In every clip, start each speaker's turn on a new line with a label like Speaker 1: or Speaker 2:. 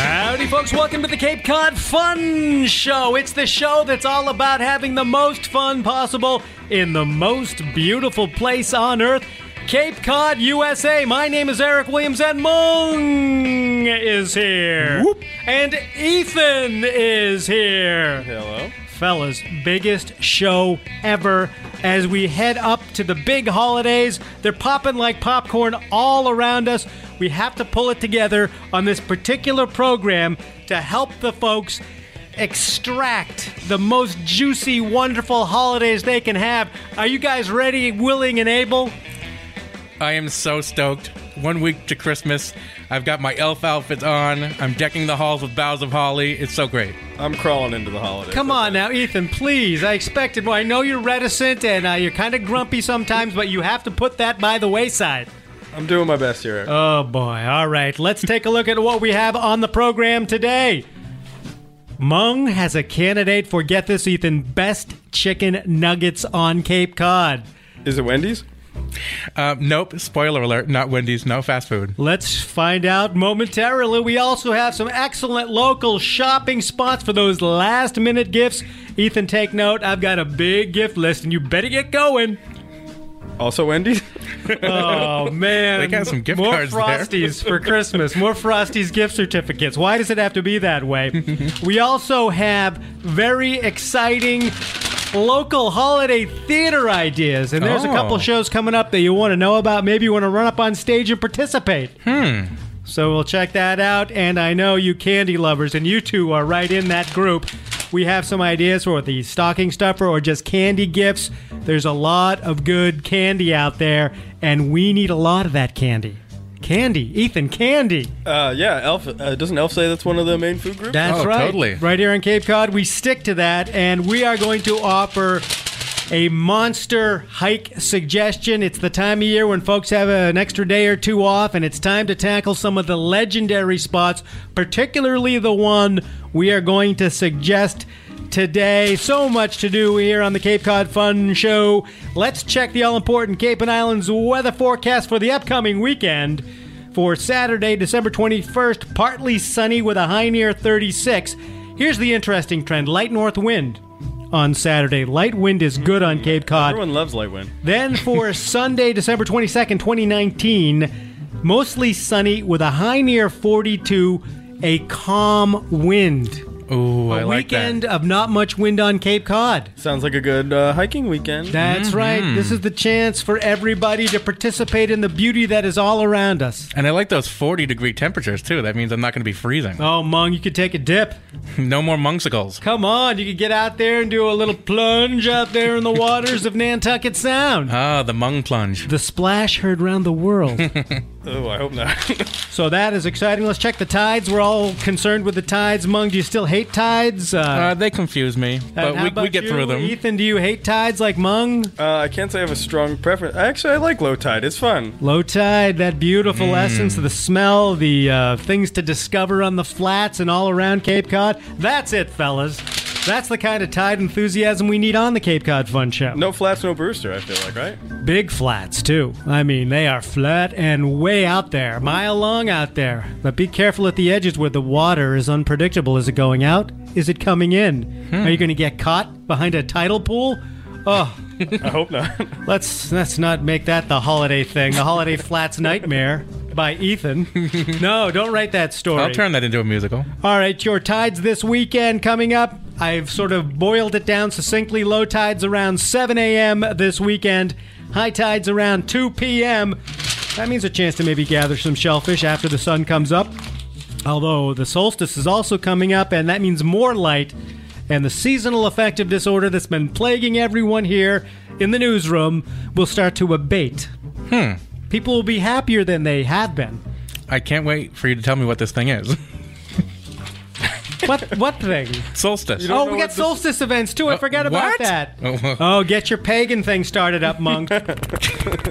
Speaker 1: Howdy, folks. Welcome to the Cape Cod Fun Show. It's the show that's all about having the most fun possible in the most beautiful place on earth, Cape Cod, USA. My name is Eric Williams, and Mung is here. And Ethan is here. Hello. Fellas, biggest show ever. As we head up to the big holidays, they're popping like popcorn all around us. We have to pull it together on this particular program to help the folks extract the most juicy, wonderful holidays they can have. Are you guys ready, willing, and able?
Speaker 2: I am so stoked. One week to Christmas. I've got my elf outfit on. I'm decking the halls with boughs of holly. It's so great.
Speaker 3: I'm crawling into the holidays.
Speaker 1: Come on now, Ethan, please. I expected, well, I know you're reticent and uh, you're kind of grumpy sometimes, but you have to put that by the wayside.
Speaker 3: I'm doing my best here. Eric.
Speaker 1: Oh boy. All right. Let's take a look at what we have on the program today. Mung has a candidate for get this Ethan best chicken nuggets on Cape Cod.
Speaker 3: Is it Wendy's?
Speaker 2: Uh, nope, spoiler alert, not Wendy's, no fast food.
Speaker 1: Let's find out momentarily. We also have some excellent local shopping spots for those last minute gifts. Ethan, take note. I've got a big gift list and you better get going.
Speaker 3: Also Wendy's?
Speaker 1: Oh man,
Speaker 2: They got some gift
Speaker 1: more
Speaker 2: cards there.
Speaker 1: Frosties for Christmas. More Frosties gift certificates. Why does it have to be that way? we also have very exciting local holiday theater ideas, and there's a couple
Speaker 2: Oh.
Speaker 1: shows coming up that you want to know about. Maybe you want to run up on stage and participate. Hmm. So we'll check that out. And I know you candy lovers, and you two are right in that group. We have some ideas for the stocking stuffer or just candy gifts. There's a lot of good candy out there, and we need a lot of that candy. Candy, Ethan, candy.
Speaker 3: Uh, yeah, Elf. Uh, doesn't Elf say that's one of the main food groups?
Speaker 1: That's
Speaker 2: Oh,
Speaker 1: right.
Speaker 2: totally.
Speaker 1: Right here in Cape Cod, we stick to that, and we are going to offer a monster hike suggestion. It's the time of year when folks have an extra day or two off, and it's time to tackle some of the legendary spots, particularly the one we are going to suggest today. So much to do here on the Cape Cod Fun Show. Let's check the all important Cape and Islands weather forecast for the upcoming weekend. For Saturday, December 21st, partly sunny with a high near 36. Here's the interesting trend light north wind. On Saturday, light wind is good on Cape Cod.
Speaker 3: Everyone loves light wind.
Speaker 1: Then for Sunday, December 22nd, 2019, mostly sunny with a high near 42, a calm wind.
Speaker 2: Ooh, I
Speaker 1: a
Speaker 2: like
Speaker 1: weekend
Speaker 2: that.
Speaker 1: of not much wind on Cape Cod.
Speaker 3: Sounds like a good uh, hiking weekend.
Speaker 1: That's
Speaker 2: Mm-hmm.
Speaker 1: right. This is the chance for everybody to participate in the beauty that is all around us.
Speaker 2: And I like those 40 degree temperatures too. That means I'm not going to be freezing.
Speaker 1: Oh, Mung, you could take a dip.
Speaker 2: No more monksicles.
Speaker 1: Come on, you could get out there and do a little plunge out there in the waters of Nantucket Sound.
Speaker 2: Ah, the mung plunge.
Speaker 1: The splash heard round the world.
Speaker 3: Oh, I hope not.
Speaker 1: So that is exciting. Let's check the tides. We're all concerned with the tides. Mung, do you still hate tides? Uh,
Speaker 2: Uh, they confuse me,
Speaker 1: and how
Speaker 2: but we, we
Speaker 1: about
Speaker 2: get
Speaker 1: you,
Speaker 2: through them.
Speaker 1: Ethan, do you hate tides like Mung?
Speaker 3: uh, I can't say I have a strong preference. Actually, I like low tide. It's fun.
Speaker 1: Low tide, that beautiful
Speaker 2: Hmm.
Speaker 1: essence, the smell, the uh, things to discover on the flats and all around Cape Cod. That's it, fellas. That's the kind of tide enthusiasm we need on the Cape Cod Fun Show.
Speaker 3: No flats, no Brewster. I feel like right.
Speaker 1: Big flats, too. I mean, they are flat and way out there, mile long out there. But be careful at the edges where the water is unpredictable. Is it going out? Is it coming in? Are you
Speaker 2: Hmm.
Speaker 1: going to get caught behind a tidal pool? Oh,
Speaker 3: I hope not.
Speaker 1: let's let's not make that the holiday thing. The holiday flats nightmare by Ethan. No, don't write that story.
Speaker 2: I'll turn that into a musical.
Speaker 1: All right, your tides this weekend coming up. I've sort of boiled it down succinctly. Low tides around 7 a.m. this weekend, high tides around 2 p.m. That means a chance to maybe gather some shellfish after the sun comes up. Although the solstice is also coming up, and that means more light and the seasonal affective disorder that's been plaguing everyone here in the newsroom will start to abate. Hmm. People will be happier than they have been.
Speaker 2: I can't wait for you to tell me what this thing is.
Speaker 1: What what thing?
Speaker 2: Solstice.
Speaker 3: don't
Speaker 1: Oh,
Speaker 3: know
Speaker 1: we
Speaker 3: what
Speaker 1: got
Speaker 3: this- Uh,
Speaker 1: solstice events too. I forgot about
Speaker 2: what?
Speaker 1: that.
Speaker 2: Oh.
Speaker 1: Oh, get your pagan thing started up, monk.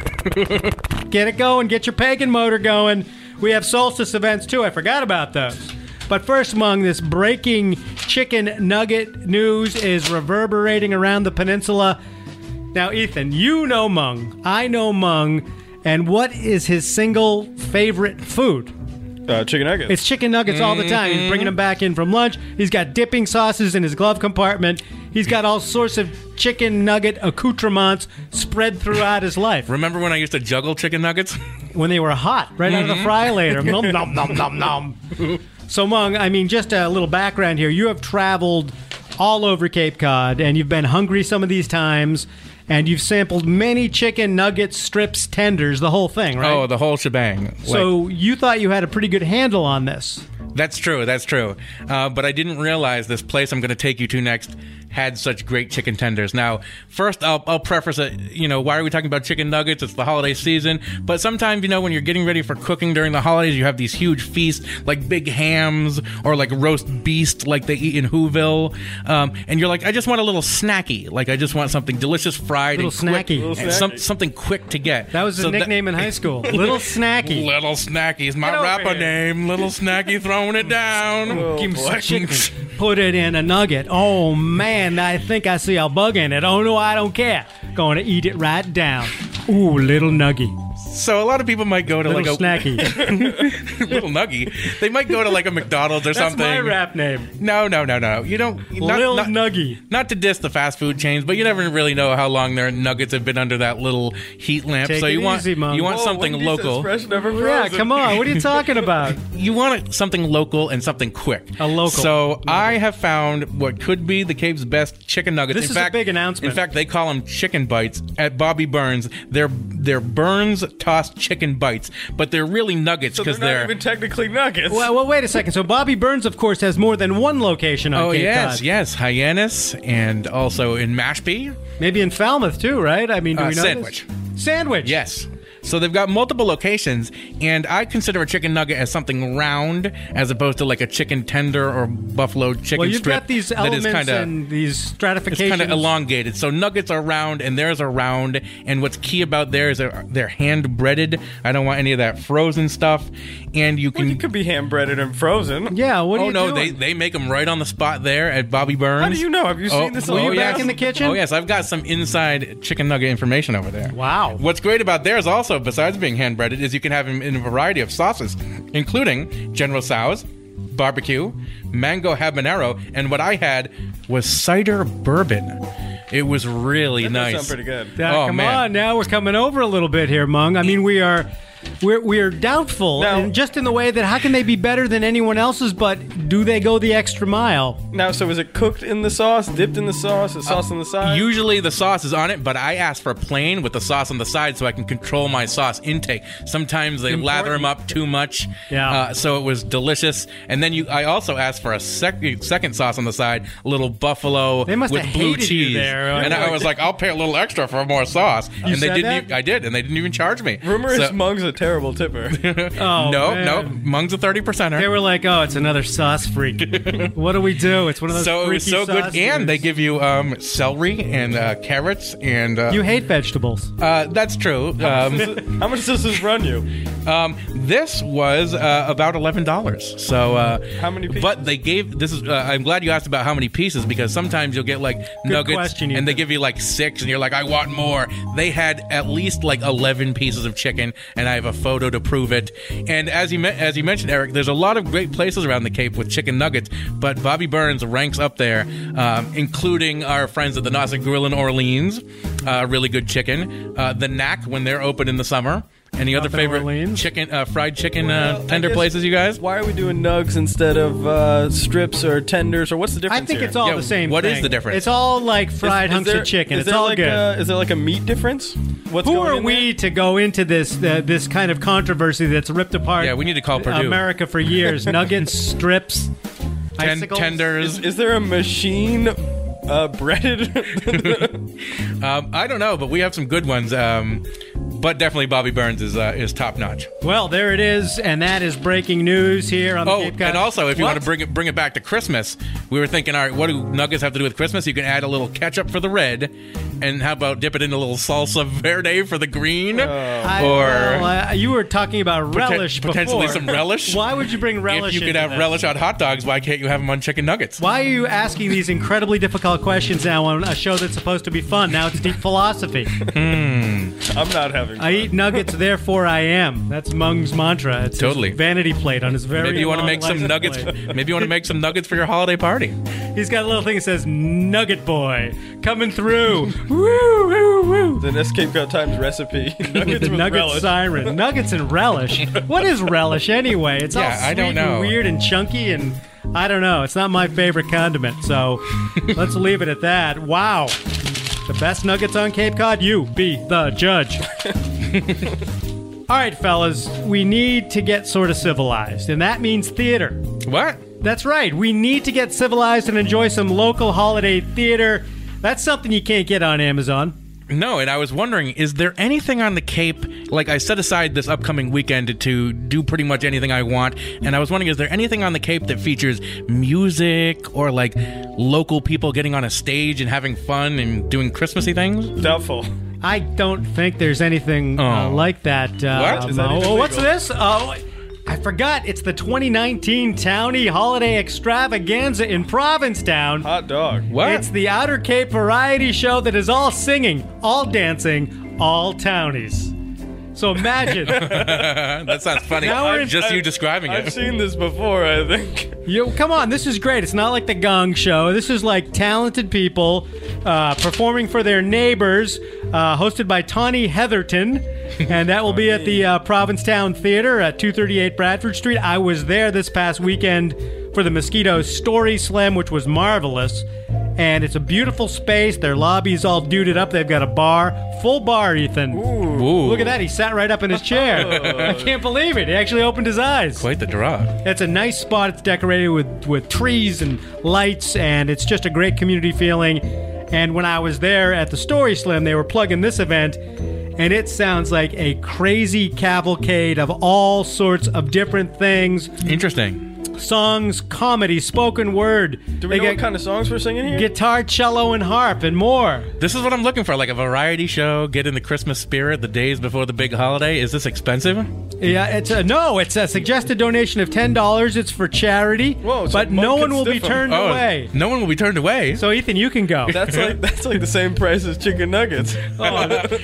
Speaker 1: get it going. Get your pagan motor going. We have solstice events too. I forgot about those. But first, Mung, this breaking chicken nugget news is reverberating around the peninsula. Now, Ethan, you know Mung. I know Mung. And what is his single favorite food?
Speaker 3: Uh, chicken nuggets.
Speaker 1: It's chicken nuggets all the time.
Speaker 2: Mm-hmm.
Speaker 1: He's bringing them back in from lunch. He's got dipping sauces in his glove compartment. He's got all sorts of chicken nugget accoutrements spread throughout his life.
Speaker 2: Remember when I used to juggle chicken nuggets?
Speaker 1: When they were hot, right out
Speaker 2: Mm-hmm.
Speaker 1: of the fry later. nom, nom, nom, nom, nom. So, Mung, I mean, just a little background here. You have traveled all over Cape Cod, and you've been hungry some of these times, and you've sampled many chicken nuggets, strips, tenders, the whole thing, right?
Speaker 2: Oh, the whole shebang. Like-
Speaker 1: so, you thought you had a pretty good handle on this.
Speaker 2: That's true. That's true. Uh, but I didn't realize this place I'm going to take you to next had such great chicken tenders. Now, first, I'll, I'll preface it. You know, why are we talking about chicken nuggets? It's the holiday season. But sometimes, you know, when you're getting ready for cooking during the holidays, you have these huge feasts like big hams or like roast beast like they eat in Whoville. Um, and you're like, I just want a little snacky. Like, I just want something delicious fried
Speaker 1: Little
Speaker 2: and quick,
Speaker 1: snacky. Little
Speaker 2: and some, something quick to get.
Speaker 1: That was his
Speaker 2: So
Speaker 1: nickname in high school. Little Snacky.
Speaker 2: Little Snacky is my
Speaker 1: over
Speaker 2: rapper
Speaker 1: here.
Speaker 2: name. Little Snacky throwing it down.
Speaker 1: Give him some chicken. Put it in a nugget. Oh man, I think I see a bug in it. Oh no, I don't care. Going to eat it right down. Ooh, little nuggy,
Speaker 2: So a lot of people might go to
Speaker 1: little
Speaker 2: like
Speaker 1: snacky.
Speaker 2: a little nuggy. They might go to like a McDonald's or
Speaker 1: That's
Speaker 2: something.
Speaker 1: my rap name,
Speaker 2: No, no, no, no. You don't. Not,
Speaker 1: Lil
Speaker 2: not,
Speaker 1: Nuggy.
Speaker 2: Not to diss the fast food chains, but you never really know how long their nuggets have been under that little heat lamp.
Speaker 1: Take
Speaker 2: so
Speaker 1: it
Speaker 2: you want
Speaker 1: easy, Mom.
Speaker 2: you want
Speaker 3: Oh,
Speaker 2: something
Speaker 3: Wendy's says
Speaker 2: local.
Speaker 3: Fresh, never
Speaker 1: Yeah,
Speaker 3: frozen.
Speaker 1: come on. What are you talking about?
Speaker 2: You want it- something local and something quick.
Speaker 1: A local.
Speaker 2: So I have found what could be the Cape's best chicken nuggets.
Speaker 1: This
Speaker 2: in
Speaker 1: is a
Speaker 2: fact,
Speaker 1: big announcement.
Speaker 2: In fact, they call them chicken bites at Bobby Burns. They're they're Burns tossed chicken bites, but they're really nuggets
Speaker 3: So they're
Speaker 2: because
Speaker 3: not
Speaker 2: they're
Speaker 3: even technically nuggets.
Speaker 1: Well, well, wait a second. So Bobby Burns, of course, has more than one location on
Speaker 2: Oh
Speaker 1: Cape
Speaker 2: yes,
Speaker 1: Cod.
Speaker 2: yes, Hyannis, and also in Mashpee.
Speaker 1: Maybe in Falmouth too, right? I mean, do
Speaker 2: Uh,
Speaker 1: we know
Speaker 2: Sandwich.
Speaker 1: This? Sandwich.
Speaker 2: Yes. So they've got multiple locations, and I consider a chicken nugget as something round, as opposed to like a chicken tender or buffalo chicken
Speaker 1: Well, you've
Speaker 2: strip
Speaker 1: got these
Speaker 2: that
Speaker 1: elements
Speaker 2: is kind of
Speaker 1: and these
Speaker 2: it's
Speaker 1: stratifications.
Speaker 2: kind of elongated. So nuggets are round, and theirs are round. And what's key about theirs are they're hand breaded. I don't want any of that frozen stuff, and you can.
Speaker 3: Well, you could be hand breaded and frozen.
Speaker 1: yeah. What are
Speaker 2: Oh
Speaker 1: you
Speaker 2: no!
Speaker 1: doing?
Speaker 2: They, they make them right on the spot there at Bobby Burns.
Speaker 3: How do you know? Have you seen this?
Speaker 1: were
Speaker 3: on
Speaker 1: you
Speaker 3: the
Speaker 1: back
Speaker 3: app?
Speaker 1: in the kitchen?
Speaker 2: Oh yes, I've got some inside chicken nugget information over there.
Speaker 1: Wow.
Speaker 2: What's great about theirs also, besides being hand breaded, is you can have them in a variety of sauces, including General Tso's, barbecue, mango habanero, and what I had was cider bourbon. It was really
Speaker 3: That does
Speaker 2: nice.
Speaker 3: sound pretty good.
Speaker 1: Yeah,
Speaker 2: Oh,
Speaker 1: Uh, come
Speaker 2: man.
Speaker 1: on, now we're coming over a little bit here, Mung. I mean, we are, we're we're doubtful,
Speaker 3: Now-
Speaker 1: and just in the way that how can they be better than anyone else's? But do they go the extra mile?
Speaker 3: Now, so is it cooked in the sauce, dipped in the sauce,
Speaker 2: Uh,
Speaker 3: the sauce on the side?
Speaker 2: Usually the sauce is on it, but I ask for plain with the sauce on the side so I can control my sauce intake. Sometimes they lather them up too much,
Speaker 1: Yeah.
Speaker 2: uh, so it was delicious. And then you, I also asked for a sec- second sauce on the side, a little buffalo
Speaker 1: They must
Speaker 2: with
Speaker 1: have
Speaker 2: blue
Speaker 1: hated you
Speaker 2: cheese.
Speaker 1: there.
Speaker 2: And I was like, I'll pay a little extra for more sauce. and they
Speaker 1: said
Speaker 2: didn't.
Speaker 1: that?
Speaker 2: Even, I did, and they didn't even charge me.
Speaker 3: Rumor
Speaker 2: So-
Speaker 3: is Mung's a terrible tipper.
Speaker 1: Oh
Speaker 2: no,
Speaker 1: man.
Speaker 2: no, Mung's a thirty percenter.
Speaker 1: They were like, oh, it's another sauce freak. what do we do? It's one of those.
Speaker 2: so it was
Speaker 1: freaky
Speaker 2: so good,
Speaker 1: sauce
Speaker 2: and they
Speaker 1: freaks.
Speaker 2: give you um, celery and uh, carrots, and uh,
Speaker 1: you hate vegetables.
Speaker 2: uh, that's true. Um,
Speaker 3: How much does this run you?
Speaker 2: Um, this was uh, about eleven dollars. So uh,
Speaker 3: How many pieces?
Speaker 2: But they gave this is. Uh, I'm glad you asked about how many pieces because sometimes you'll get like nuggets
Speaker 1: question, Ethan.
Speaker 2: and they give you like six, and you're like, I want more. They had at least like eleven pieces of chicken, and I have a photo to prove it. And as you me- as you mentioned, Eric, there's a lot of great places around the Cape with chicken nuggets, but Bobby Burns ranks up there, um, including our friends at the Nasa Grill in Orleans, uh, really good chicken. Uh, the Knack when they're open in the summer. Any other
Speaker 1: in
Speaker 2: favorite
Speaker 1: Orleans.
Speaker 2: chicken, uh, fried chicken
Speaker 3: Well,
Speaker 2: uh,
Speaker 3: I
Speaker 2: tender
Speaker 3: guess-
Speaker 2: places, you guys?
Speaker 3: Why are we doing nugs instead of uh, strips or tenders? Or what's the
Speaker 1: I
Speaker 3: difference?
Speaker 1: think
Speaker 3: here?
Speaker 1: it's all
Speaker 2: Yeah,
Speaker 1: the same.
Speaker 2: what
Speaker 1: What is
Speaker 2: is the difference?
Speaker 1: It's all like fried
Speaker 3: Is
Speaker 1: hunks
Speaker 3: there-
Speaker 1: of chicken.
Speaker 3: is
Speaker 1: It's
Speaker 3: there
Speaker 1: all
Speaker 3: like
Speaker 1: good.
Speaker 3: A, is there like a meat difference? What's
Speaker 1: Who
Speaker 3: going
Speaker 1: are
Speaker 3: in
Speaker 1: we to go into this uh, this kind of controversy that's ripped apart?
Speaker 2: Yeah, we need to call Purdue.
Speaker 1: America for years. Nuggets, strips.
Speaker 2: Ten-
Speaker 1: Icicles?
Speaker 2: tenders.
Speaker 3: Is there a machine uh, breaded?
Speaker 2: Um, I don't know, but we have some good ones. Um, but definitely Bobby Burns is uh, is top notch.
Speaker 1: Well, there it is, and that is breaking news here on the
Speaker 2: Oh,
Speaker 1: Cape Cod.
Speaker 2: and also if you
Speaker 1: What?
Speaker 2: want to bring it bring it back to Christmas, we were thinking, all right, what do nuggets have to do with Christmas? You can add a little ketchup for the red, and how about dip it in a little salsa verde for the green,
Speaker 1: I- well,
Speaker 2: or
Speaker 1: uh, you were talking about
Speaker 2: poten-
Speaker 1: relish
Speaker 2: potentially
Speaker 1: before.
Speaker 2: some relish.
Speaker 1: Why would you bring relish?
Speaker 2: if you could
Speaker 1: into
Speaker 2: have
Speaker 1: this?
Speaker 2: relish on hot dogs, why can't you have them on chicken nuggets?
Speaker 1: Why are you asking these incredibly difficult questions now on a show that's supposed to be fun? Now it's deep philosophy.
Speaker 3: I'm not having.
Speaker 1: I eat nuggets, therefore I am. That's Mung's mantra. It's his
Speaker 2: Totally.
Speaker 1: vanity plate on his very.
Speaker 2: Maybe you want to
Speaker 1: long
Speaker 2: make some
Speaker 1: license
Speaker 2: nuggets.
Speaker 1: plate.
Speaker 2: Maybe you want to make some nuggets for your holiday party.
Speaker 1: He's got a little thing that says "Nugget Boy" coming through. woo, woo, woo.
Speaker 3: An Escape Got Times recipe.
Speaker 1: With
Speaker 3: Nuggets
Speaker 1: the
Speaker 3: with
Speaker 1: nugget
Speaker 3: relish.
Speaker 1: siren, nuggets and relish. What is relish anyway? It's all
Speaker 2: Yeah,
Speaker 1: sweet
Speaker 2: I don't know.
Speaker 1: and weird and chunky, and I don't know. It's not my favorite condiment, so let's leave it at that. Wow, the best nuggets on Cape Cod. You be the judge. all right, fellas, we need to get sort of civilized, and that means theater.
Speaker 2: What?
Speaker 1: That's right. We need to get civilized and enjoy some local holiday theater. That's something you can't get on Amazon.
Speaker 2: No, and I was wondering, is there anything on the Cape? Like, I set aside this upcoming weekend to do pretty much anything I want, and I was wondering, is there anything on the Cape that features music or like local people getting on a stage and having fun and doing Christmassy things?
Speaker 3: Doubtful.
Speaker 1: I don't think there's anything uh,
Speaker 2: Oh.
Speaker 1: like that. Uh,
Speaker 2: What?
Speaker 3: Is that
Speaker 1: Mo.
Speaker 3: even
Speaker 1: oh, what's
Speaker 3: legal?
Speaker 1: this? Oh, I forgot. It's the 2019 Townie Holiday Extravaganza in Provincetown.
Speaker 3: Hot dog.
Speaker 2: What?
Speaker 1: It's the Outer Cape variety show that is all singing, all dancing, all townies. So imagine,
Speaker 2: that sounds funny.
Speaker 1: Now we're in-
Speaker 2: Just you
Speaker 3: I've-
Speaker 2: describing
Speaker 3: I've
Speaker 2: it.
Speaker 3: seen this before, I think.
Speaker 1: you come on, this is great. It's not like the Gong Show. This is like talented people uh, performing for their neighbors, uh, hosted by Tawny Heatherton, and that will be at the uh, Provincetown Theater at 238 Bradford Street. I was there this past weekend for the Mosquito Story Slam, which was marvelous. And it's a beautiful space. Their lobby's all duded up. They've got a bar, full bar, Ethan.
Speaker 2: Ooh,
Speaker 1: Look at that. He sat right up in his chair. I can't believe it. He actually opened his eyes.
Speaker 2: Quite the draw.
Speaker 1: It's a nice spot. It's decorated with, with trees and lights, and it's just a great community feeling. And when I was there at the Story Slim, they were plugging this event, and it sounds like a crazy cavalcade of all sorts of different things
Speaker 2: Interesting.
Speaker 1: songs, comedy, spoken word.
Speaker 3: Do we
Speaker 1: they
Speaker 3: know
Speaker 1: got
Speaker 3: what kind of songs we're singing here?
Speaker 1: guitar, cello, and harp, and more.
Speaker 2: This is what I'm looking for, like a variety show, get in the Christmas spirit the days before the big holiday. Is this expensive?
Speaker 1: Yeah, it's a no. It's a suggested donation of ten dollars. It's for charity,
Speaker 3: Whoa, so
Speaker 1: but
Speaker 3: Monk
Speaker 1: no
Speaker 3: and
Speaker 1: one will be
Speaker 3: Stiff'em.
Speaker 1: turned
Speaker 2: Oh.
Speaker 1: away.
Speaker 2: no one will be turned away.
Speaker 1: So Ethan, you can go.
Speaker 3: that's like that's like the same price as chicken nuggets.
Speaker 1: Oh,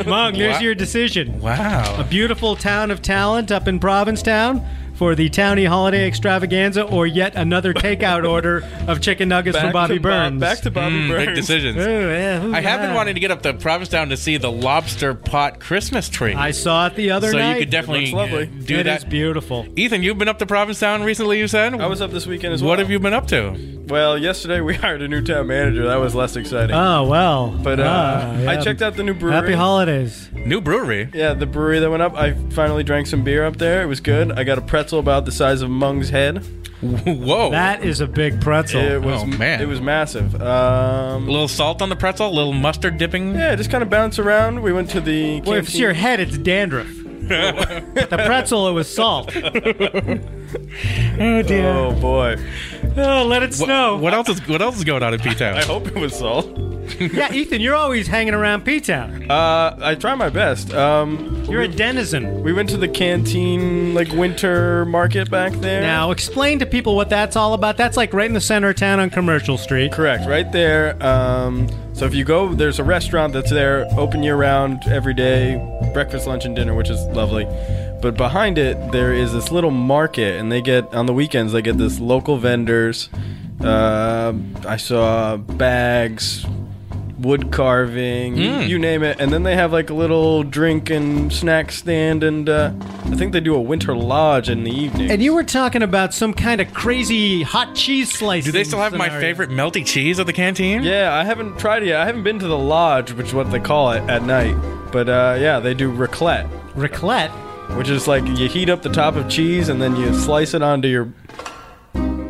Speaker 1: Mung, there's
Speaker 2: Wow.
Speaker 1: your decision.
Speaker 2: wow.
Speaker 1: A beautiful town of talent up in Provincetown for the Townie Holiday Extravaganza, or yet another takeout order of chicken nuggets from Bobby
Speaker 3: to Bob-
Speaker 1: Burns.
Speaker 3: back to Bobby Burns.
Speaker 2: Big Hmm, decisions.
Speaker 1: Ooh, yeah, ooh,
Speaker 2: I have been
Speaker 1: yeah.
Speaker 2: wanting to get up to Provincetown to see the lobster pot Christmas tree.
Speaker 1: I saw it the other
Speaker 2: so
Speaker 1: night.
Speaker 2: you could definitely
Speaker 3: looks lovely.
Speaker 2: uh, do
Speaker 1: It
Speaker 2: that.
Speaker 1: is beautiful.
Speaker 2: Ethan, you've been up to Provincetown recently. You said.
Speaker 3: I was up this weekend as well.
Speaker 2: what have you been up to?
Speaker 3: Well, yesterday we hired a new town manager. That was less exciting.
Speaker 1: Oh well.
Speaker 3: but uh,
Speaker 1: Ah, yeah.
Speaker 3: I checked out the new brewery.
Speaker 1: Happy holidays.
Speaker 2: New brewery.
Speaker 3: Yeah, the brewery that went up. I finally drank some beer up there. It was good. I got a pretzel about the size of Mung's head.
Speaker 2: Whoa.
Speaker 1: That is a big pretzel.
Speaker 3: It was
Speaker 2: Oh, man.
Speaker 3: it was massive. Um,
Speaker 2: a little salt on the pretzel, a little mustard dipping.
Speaker 3: yeah, just kind of bounce around. We went to the
Speaker 1: well, if it's
Speaker 3: canteen.
Speaker 1: your head, it's dandruff. the pretzel, it was salt. oh dear.
Speaker 3: Oh boy,
Speaker 1: Oh, let it
Speaker 2: What,
Speaker 1: snow.
Speaker 2: what else is What else is going on in P
Speaker 3: I
Speaker 2: Town?
Speaker 3: hope it was salt.
Speaker 1: Yeah, Ethan, you're always hanging around P Town.
Speaker 3: Uh, I try my best. Um,
Speaker 1: You're a denizen.
Speaker 3: we went to the canteen like winter market back there.
Speaker 1: Now, explain to people what that's all about. That's like right in the center of town on Commercial Street.
Speaker 3: Correct, right there. Um, so if you go, there's a restaurant that's there, open year round, every day, breakfast, lunch, and dinner, which is lovely. But behind it, there is this little market, and they get on the weekends they get this local vendors. Uh, I saw bags, wood carving,
Speaker 1: Hmm.
Speaker 3: you name it, and then they have like a little drink and snack stand, and uh, I think they do a winter lodge in the evening.
Speaker 1: And you were talking about some kind of crazy hot cheese slice.
Speaker 2: Do they still have my favorite melty cheese at the canteen?
Speaker 3: Yeah, I haven't tried it yet. I haven't been to the lodge, which is what they call it at night. But uh, yeah, they do raclette,
Speaker 1: raclette?
Speaker 3: which is like you heat up the top of cheese and then you slice it onto your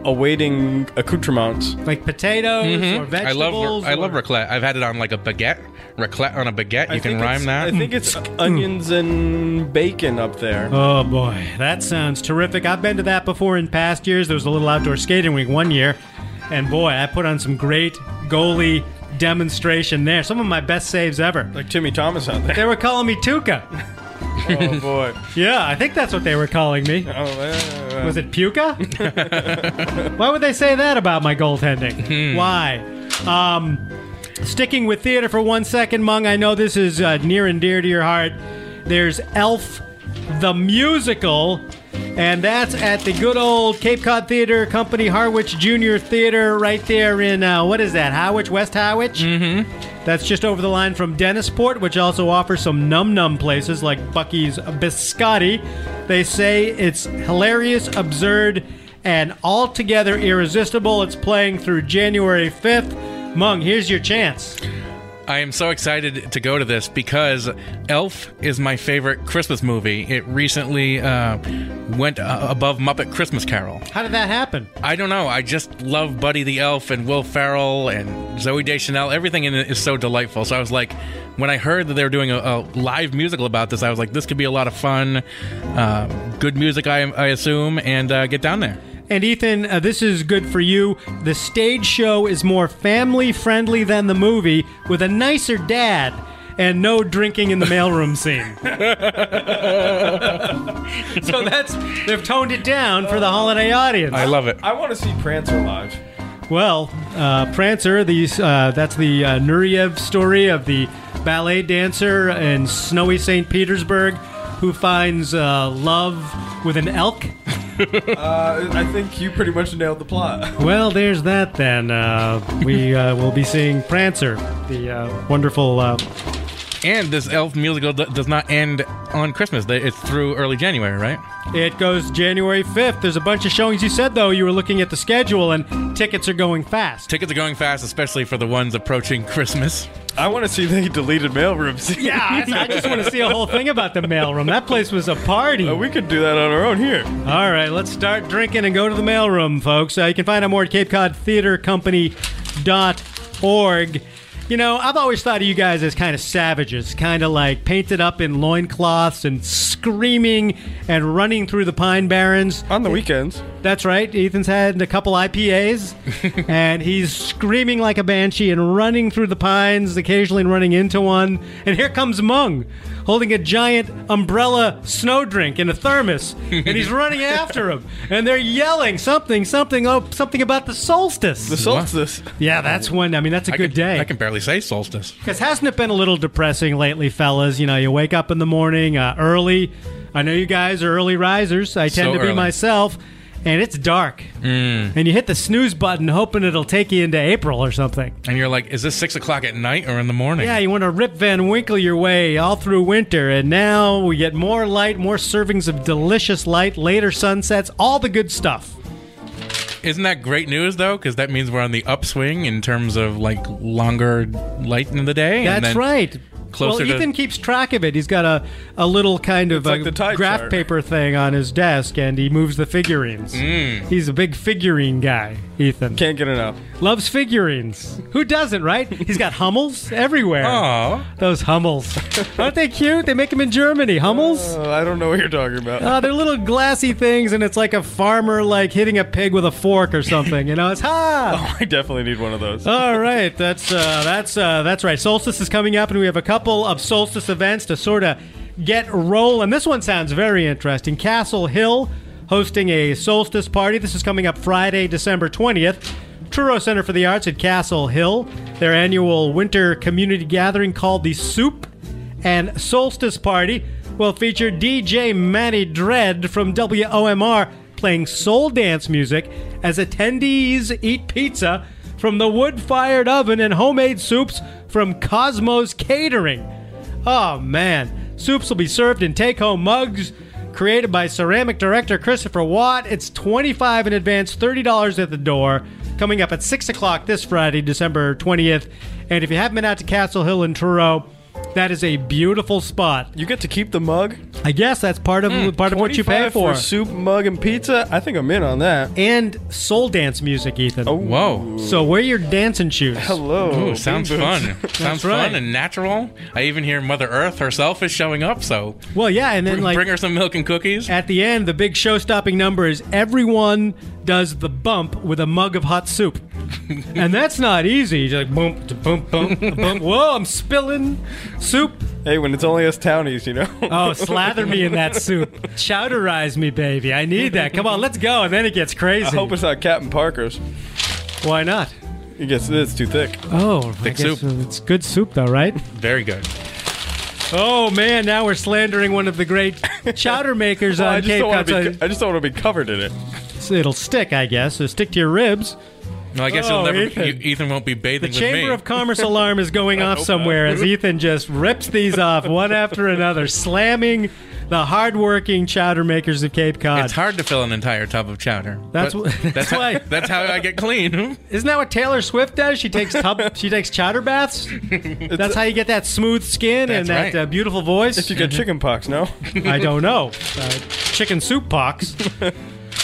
Speaker 3: awaiting accoutrements.
Speaker 1: like potatoes or
Speaker 2: Mm-hmm. I love
Speaker 1: vegetables.
Speaker 2: I love
Speaker 1: or-
Speaker 2: raclette. I've had it on like a baguette, raclette on a baguette. You
Speaker 3: I
Speaker 2: can
Speaker 3: think
Speaker 2: rhyme
Speaker 3: it's-
Speaker 2: that.
Speaker 3: I think it's onions and bacon up there.
Speaker 1: Oh boy, that sounds terrific. I've been to that before in past years. There was a little outdoor skating rink one year, and boy, I put on some great goalie demonstration there. Some of my best saves ever.
Speaker 3: Like Timmy Thomas out
Speaker 1: They
Speaker 3: there.
Speaker 1: were calling me Tuca.
Speaker 3: oh boy.
Speaker 1: Yeah, I think that's what they were calling me.
Speaker 3: Oh, uh, uh,
Speaker 1: Was it Puka? Why would they say that about my goaltending? Why? Um, sticking with theater for one second, Mung, I know this is uh, near and dear to your heart. There's Elf the Musical, and that's at the good old Cape Cod Theater Company, Harwich Junior Theater, right there in, uh, what is that, Howich, West Howich? Mm-hmm. That's just over the line from Dennisport, which also offers some num num places like Bucky's Biscotti. They say it's hilarious, absurd, and altogether irresistible. It's playing through January 5th. Mung, here's your chance.
Speaker 2: I am so excited to go to this because Elf is my favorite Christmas movie. It recently uh, went uh, above Muppet Christmas Carol.
Speaker 1: How did that happen?
Speaker 2: I don't know. I just love Buddy the Elf and Will Ferrell and Zoe Deschanel. Everything in it is so delightful. So I was like, when I heard that they were doing a, a live musical about this, I was like, this could be a lot of fun. Uh, good music, I, I assume, and uh, get down there.
Speaker 1: And Ethan, uh, this is good for you. The stage show is more family friendly than the movie with a nicer dad and no drinking in the mailroom scene. so that's they've toned it down for the holiday audience.
Speaker 2: I love it.
Speaker 3: I want to see Prancer live.
Speaker 1: Well, uh, Prancer, the, uh, that's the uh, Nureyev story of the ballet dancer in snowy St. Petersburg who finds uh, love with an elk.
Speaker 3: Uh, I think you pretty much nailed the plot.
Speaker 1: Well, there's that then. Uh, we uh, will be seeing Prancer, the uh, wonderful. Uh,
Speaker 2: And this Elf musical d- does not end on Christmas. They- It's through early January, right?
Speaker 1: it goes January 5th. There's a bunch of showings. You said, though, you were looking at the schedule and tickets are going fast.
Speaker 2: Tickets are going fast, especially for the ones approaching Christmas.
Speaker 3: I want to see the deleted mailroom scene.
Speaker 1: yeah, I, I just want to see a whole thing about the mailroom. That place was a party.
Speaker 3: Uh, we could do that on our own here.
Speaker 1: All right, let's start drinking and go to the mailroom, folks. Uh, you can find out more at CapeCodTheaterCompany.org. You know, I've always thought of you guys as kind of savages, kind of like painted up in loincloths and screaming and running through the Pine Barrens.
Speaker 3: On the weekends.
Speaker 1: That's right, Ethan's had a couple IPAs, and he's screaming like a banshee and running through the pines, occasionally running into one. And here comes Mung, holding a giant umbrella snow drink in a thermos, and he's running after him. And they're yelling something, something, oh, something about the
Speaker 3: The
Speaker 1: solstice.
Speaker 3: solstice.
Speaker 1: Yeah, that's when, I mean, that's a
Speaker 2: I
Speaker 1: good
Speaker 2: can,
Speaker 1: day.
Speaker 2: I can barely say solstice.
Speaker 1: Because hasn't it been a little depressing lately, fellas? You know, you wake up in the morning uh, early. I know you guys are early risers. I tend
Speaker 2: So
Speaker 1: to be
Speaker 2: early. Mm.
Speaker 1: myself. And it's dark. And you hit the snooze button hoping it'll take you into April or something.
Speaker 2: And you're like, is this six o'clock at night or in the morning?
Speaker 1: Yeah, you want to rip Van Winkle your way all through winter. And now we get more light, more servings of delicious light, later sunsets, all the good stuff.
Speaker 2: Isn't that great news though? Because that means we're on the upswing in terms of like longer light in the day. and
Speaker 1: That's
Speaker 2: then-
Speaker 1: right.
Speaker 2: closer
Speaker 1: well,
Speaker 2: to-
Speaker 1: Ethan keeps track of it. He's got a, a little kind of
Speaker 3: like
Speaker 1: a
Speaker 3: the tide
Speaker 1: graph
Speaker 3: chart.
Speaker 1: paper thing on his desk, and he moves the figurines.
Speaker 2: Mm.
Speaker 1: He's a big figurine guy, Ethan.
Speaker 3: Can't get enough.
Speaker 1: Loves figurines. Who doesn't, right? He's got Hummels everywhere.
Speaker 2: Aw.
Speaker 1: Those Hummels. Aren't they cute? They make them in Germany. Hummels?
Speaker 3: Uh, I don't know what you're talking about.
Speaker 1: Uh, they're little glassy things, and it's like a farmer like hitting a pig with a fork or something. You know, it's ha!
Speaker 3: I definitely need one of those.
Speaker 1: All right, that's uh, that's uh, that's right. Solstice is coming up, and we have a couple of solstice events to sort of get roll. And this one sounds very interesting. Castle Hill hosting a solstice party. This is coming up Friday, December twentieth. Truro Center for the Arts at Castle Hill, their annual winter community gathering called the Soup and Solstice Party will feature DJ Matty Dredd from WOMR playing soul dance music as attendees eat pizza from the wood fired oven and homemade soups from Cosmos Catering. Oh man, soups will be served in take home mugs. Created by ceramic director Christopher Watt, it's twenty-five in advance, thirty dollars at the door. Coming up at six o'clock this Friday, December twentieth. And if you haven't been out to Castle Hill in Truro, That is a beautiful spot.
Speaker 3: You get to keep the mug.
Speaker 1: I guess that's part of
Speaker 2: Hmm,
Speaker 1: part of what you pay
Speaker 3: 25
Speaker 1: for.
Speaker 3: soup, mug, and pizza. I think I'm in on that.
Speaker 1: and soul dance music, Ethan.
Speaker 3: Oh,
Speaker 2: Whoa.
Speaker 1: So wear your dancing shoes.
Speaker 3: Hello.
Speaker 2: Ooh, sounds
Speaker 3: Boom
Speaker 2: fun.
Speaker 3: Booms.
Speaker 2: sounds
Speaker 1: right.
Speaker 2: fun and natural. I even hear Mother Earth herself is showing up, so
Speaker 1: Well, yeah, and then like
Speaker 2: bring her some milk and cookies.
Speaker 1: at the end, the big show-stopping number is everyone does the bump with a mug of hot soup, and that's not easy. You're like bump, da bump, bump, da bump. Whoa, I'm spilling soup.
Speaker 3: Hey, when it's only us townies, you know.
Speaker 1: Oh, slather me in that soup. Chowderize me, baby. I need that. Come on, let's go. And then it gets crazy.
Speaker 3: I hope it's not Captain Parker's.
Speaker 1: Why not?
Speaker 3: It gets it's too thick.
Speaker 1: Oh, I
Speaker 2: Thick
Speaker 1: guess
Speaker 2: soup.
Speaker 1: It's good soup, though, right?
Speaker 2: Very good.
Speaker 1: Oh man, now we're slandering one of the great chowder makers
Speaker 3: I
Speaker 1: on
Speaker 3: just
Speaker 1: Cape
Speaker 3: don't
Speaker 1: Cod.
Speaker 3: want to be.
Speaker 1: so
Speaker 3: co- I just don't want to be covered in it.
Speaker 1: it's- It'll stick, I guess. So stick to your ribs.
Speaker 2: No, I guess
Speaker 1: Oh,
Speaker 2: you'll never.
Speaker 1: Ethan.
Speaker 2: Ethan. You, Ethan won't be
Speaker 1: The
Speaker 2: bathing with
Speaker 1: Chamber
Speaker 2: me.
Speaker 1: of Commerce alarm is going off somewhere as Ethan just rips these off one after another, slamming the hardworking chowder makers of Cape Cod.
Speaker 2: it's hard to fill an entire tub of chowder.
Speaker 1: That's
Speaker 2: But
Speaker 1: wh- that's
Speaker 2: how,
Speaker 1: why-
Speaker 2: That's how I get clean.
Speaker 1: Isn't that what Taylor Swift does? She takes tub, she takes chowder baths. That's how you get that smooth skin and that
Speaker 2: That's right.
Speaker 1: uh, beautiful voice.
Speaker 3: If you get chicken pox, no.
Speaker 1: I don't know. Uh, chicken soup pox.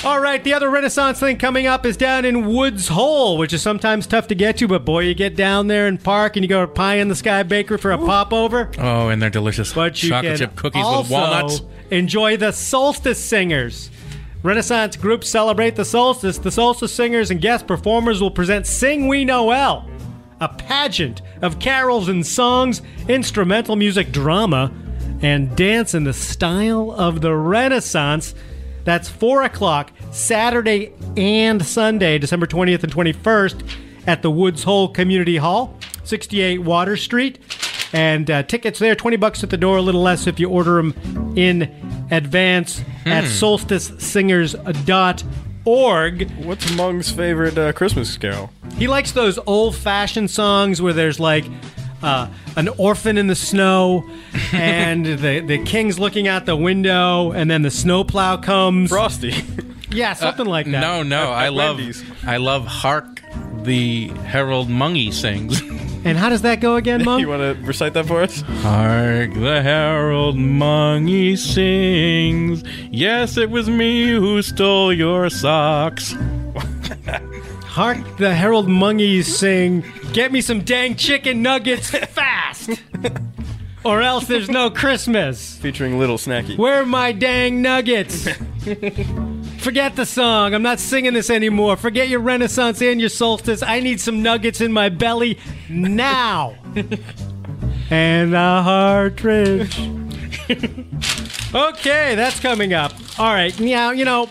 Speaker 1: All right, the other Renaissance thing coming up is down in Woods Hole, which is sometimes tough to get to, but boy, you get down there and park and you go to Pie in the Sky Bakery for a popover.
Speaker 2: oh, and they're delicious
Speaker 1: But you can
Speaker 2: chocolate chip cookies
Speaker 1: also
Speaker 2: with walnuts.
Speaker 1: enjoy the Solstice Singers. Renaissance groups celebrate the solstice. The solstice singers and guest performers will present Sing We Noel, a pageant of carols and songs, instrumental music, drama, and dance in the style of the Renaissance. That's 4 o'clock, Saturday and Sunday, December 20th and 21st, at the Woods Hole Community Hall, 68 Water Street. And uh, tickets there, 20 bucks at the door, a little less if you order them in advance at solsticesingers.org.
Speaker 3: What's Mung's favorite uh, Christmas carol?
Speaker 1: He likes those old fashioned songs where there's like uh, an orphan in the snow and the, the king's looking out the window and then the snowplow comes.
Speaker 3: Frosty.
Speaker 1: Yeah, something like that.
Speaker 2: No, no,
Speaker 3: At-
Speaker 2: I
Speaker 3: at
Speaker 2: love.
Speaker 3: Wendy's.
Speaker 2: I love Hark the Herald Mungy sings.
Speaker 1: And how does that go again, Mom?
Speaker 3: you want to recite that for us?
Speaker 2: Hark the herald mungy sings. Yes, it was me who stole your socks.
Speaker 1: Hark the Herald Mungies sing, Get me some dang chicken nuggets fast! or else there's no Christmas.
Speaker 3: Featuring Little Snacky.
Speaker 1: Where are my dang nuggets? Forget the song. I'm not singing this anymore. Forget your renaissance and your solstice. I need some nuggets in my belly now. and a partridge. okay, that's coming up. All right, now, you know,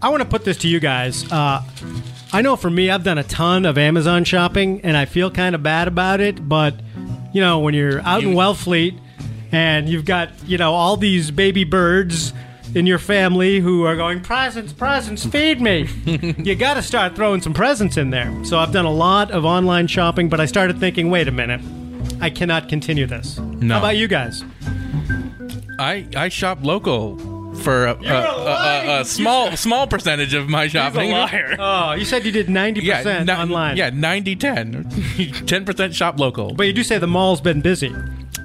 Speaker 1: I want to put this to you guys. Uh, I know for me, I've done a ton of Amazon shopping, and I feel kind of bad about it. But you know, when you're out in Wellfleet, and you've got you know all these baby birds in your family who are going presents, presents, feed me. you got to start throwing some presents in there. So I've done a lot of online shopping, but I started thinking, wait a minute, I cannot continue this.
Speaker 2: No.
Speaker 1: How about you guys?
Speaker 2: I I shop local for a, a, a, a, a small small percentage of my shopping.
Speaker 1: Oh, you said you did ninety
Speaker 2: Yeah,
Speaker 1: percent
Speaker 2: ni-
Speaker 1: online.
Speaker 2: Yeah, 90 10. 10% shop local.
Speaker 1: But you do say the mall's been busy.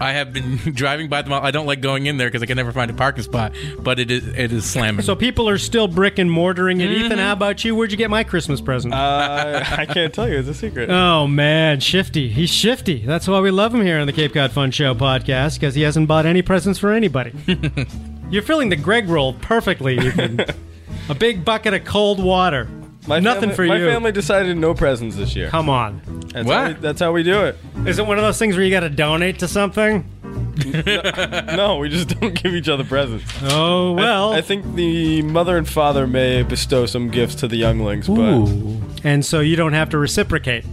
Speaker 2: I have been driving by the mall. I don't like going in there because I can never find a parking spot, but it is it is slamming.
Speaker 1: So people are still brick and mortaring it. Ethan, how about you? Where'd you get my Christmas present?
Speaker 3: Mm-hmm. Uh, I can't tell you. It's a secret.
Speaker 1: oh man, shifty. He's shifty. That's why we love him here on the Cape Cod Fun Show podcast because he hasn't bought any presents for anybody. You're filling the Greg role perfectly, Ethan. A big bucket of cold water.
Speaker 3: my
Speaker 1: Nothing
Speaker 3: family,
Speaker 1: for
Speaker 3: my
Speaker 1: you.
Speaker 3: family decided no presents this year.
Speaker 1: Come on.
Speaker 3: That's,
Speaker 2: What?
Speaker 3: How we, that's how we do it.
Speaker 1: Is it one of those things where you got to donate to something?
Speaker 3: No, we just don't give each other presents.
Speaker 1: Oh well.
Speaker 3: I think the mother and father may bestow some gifts to the younglings, but
Speaker 1: Ooh. And so you don't have to reciprocate.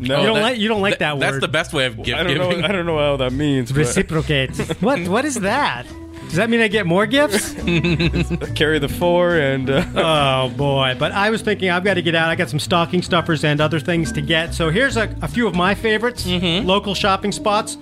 Speaker 3: no,
Speaker 1: You don't
Speaker 3: that-
Speaker 1: like you don't like that,
Speaker 2: Oh, That's
Speaker 1: word.
Speaker 2: the best way of gift
Speaker 3: I don't
Speaker 2: giving.
Speaker 3: know. I don't know how that means. But
Speaker 1: reciprocate. what what is that? Does that mean I get more gifts?
Speaker 3: carry the four and uh,
Speaker 1: Oh boy! But I was thinking I've got to get out. I got some stocking stuffers and other things to get. So here's a, a few of my favorites, local shopping spots.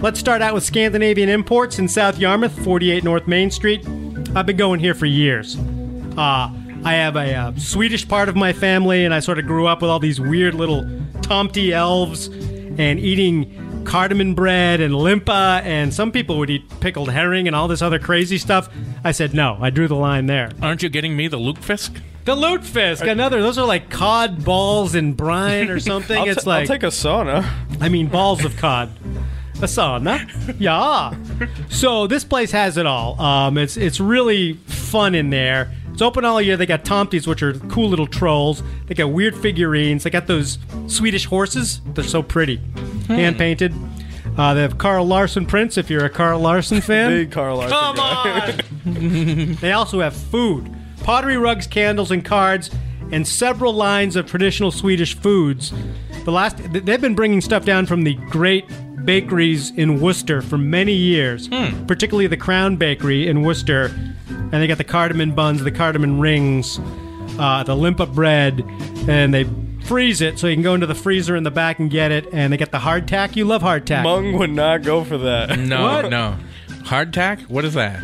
Speaker 1: Let's start out with Scandinavian Imports in South Yarmouth, 48 North Main Street. I've been going here for years. Uh, I have a uh, Swedish part of my family, and I sort of grew up with all these weird little tomty elves and eating cardamom bread and limpa, and some people would eat pickled herring and all this other crazy stuff. I said no. I drew the line there.
Speaker 2: Aren't you getting me the Luke Fisk?
Speaker 1: The lutefisk, another. Those are like cod balls in brine or something.
Speaker 3: I'll,
Speaker 1: it's
Speaker 3: ta- I'll
Speaker 1: like
Speaker 3: take a sauna.
Speaker 1: I mean, balls of cod. A sauna, yeah. So this place has it all. Um, it's it's really fun in there. It's open all year. They got tomties, which are cool little trolls. They got weird figurines. They got those Swedish horses. They're so pretty,
Speaker 3: Hmm.
Speaker 1: hand painted. Uh, they have Carl Larson prints. If you're a Carl Larson fan,
Speaker 3: Big Carl Larson.
Speaker 1: Come
Speaker 3: guy.
Speaker 1: on! they also have food, pottery rugs, candles, and cards, and several lines of traditional Swedish foods. The last th- they've been bringing stuff down from the great bakeries in Worcester for many years,
Speaker 3: Hmm.
Speaker 1: particularly the Crown Bakery in Worcester, and they got the cardamom buns, the cardamom rings, uh, the limpa bread, and they. Freeze it so you can go into the freezer in the back and get it. And they got the hardtack. You love hardtack.
Speaker 3: Mung would not go for that.
Speaker 2: No,
Speaker 1: What?
Speaker 2: no. Hardtack? What is that?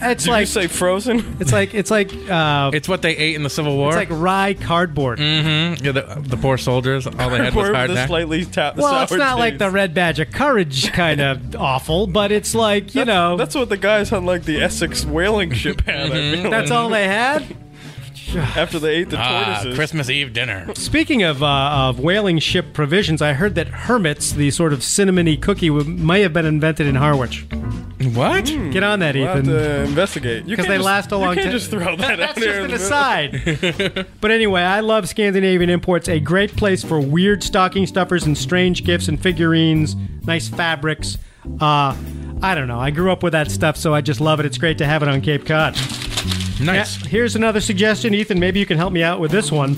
Speaker 1: it's
Speaker 3: Did you
Speaker 1: like
Speaker 3: say frozen?
Speaker 1: it's like it's like uh,
Speaker 2: It's what they ate in the Civil War.
Speaker 1: It's like rye cardboard.
Speaker 2: yeah, the, the poor soldiers, all they had was
Speaker 3: Or the
Speaker 2: hardtack.
Speaker 3: slightly ta-
Speaker 1: Well, it's
Speaker 3: sour
Speaker 1: not like
Speaker 3: taste.
Speaker 1: the red badge of courage kind of awful, but it's like, you
Speaker 3: That's-
Speaker 1: know, that's,
Speaker 3: That's what the guys on like the Essex whaling ship had. I feel like,
Speaker 1: all they had.
Speaker 3: after they ate the
Speaker 2: Ah,
Speaker 3: tortoises.
Speaker 2: Christmas Eve dinner.
Speaker 1: Speaking of uh, of whaling ship provisions, I heard that Hermits, the sort of cinnamony cookie, w- may have been invented in Harwich.
Speaker 2: What?
Speaker 1: Get on that,
Speaker 3: We'll have
Speaker 1: Ethan.
Speaker 3: to investigate. You
Speaker 1: 'Cause
Speaker 3: can't
Speaker 1: they
Speaker 3: just-
Speaker 1: last a long
Speaker 3: You
Speaker 1: ti-
Speaker 3: can't just throw that out
Speaker 1: That's
Speaker 3: there.
Speaker 1: just
Speaker 3: in
Speaker 1: an
Speaker 3: the middle.
Speaker 1: aside. but anyway, I love Scandinavian Imports, a great place for weird stocking stuffers and strange gifts and figurines, nice fabrics. Uh, I don't know. I grew up with that stuff, so I just love it. It's great to have it on Cape Cod.
Speaker 2: Nice.
Speaker 1: Yeah, here's another suggestion, Ethan. Maybe you can help me out with this one.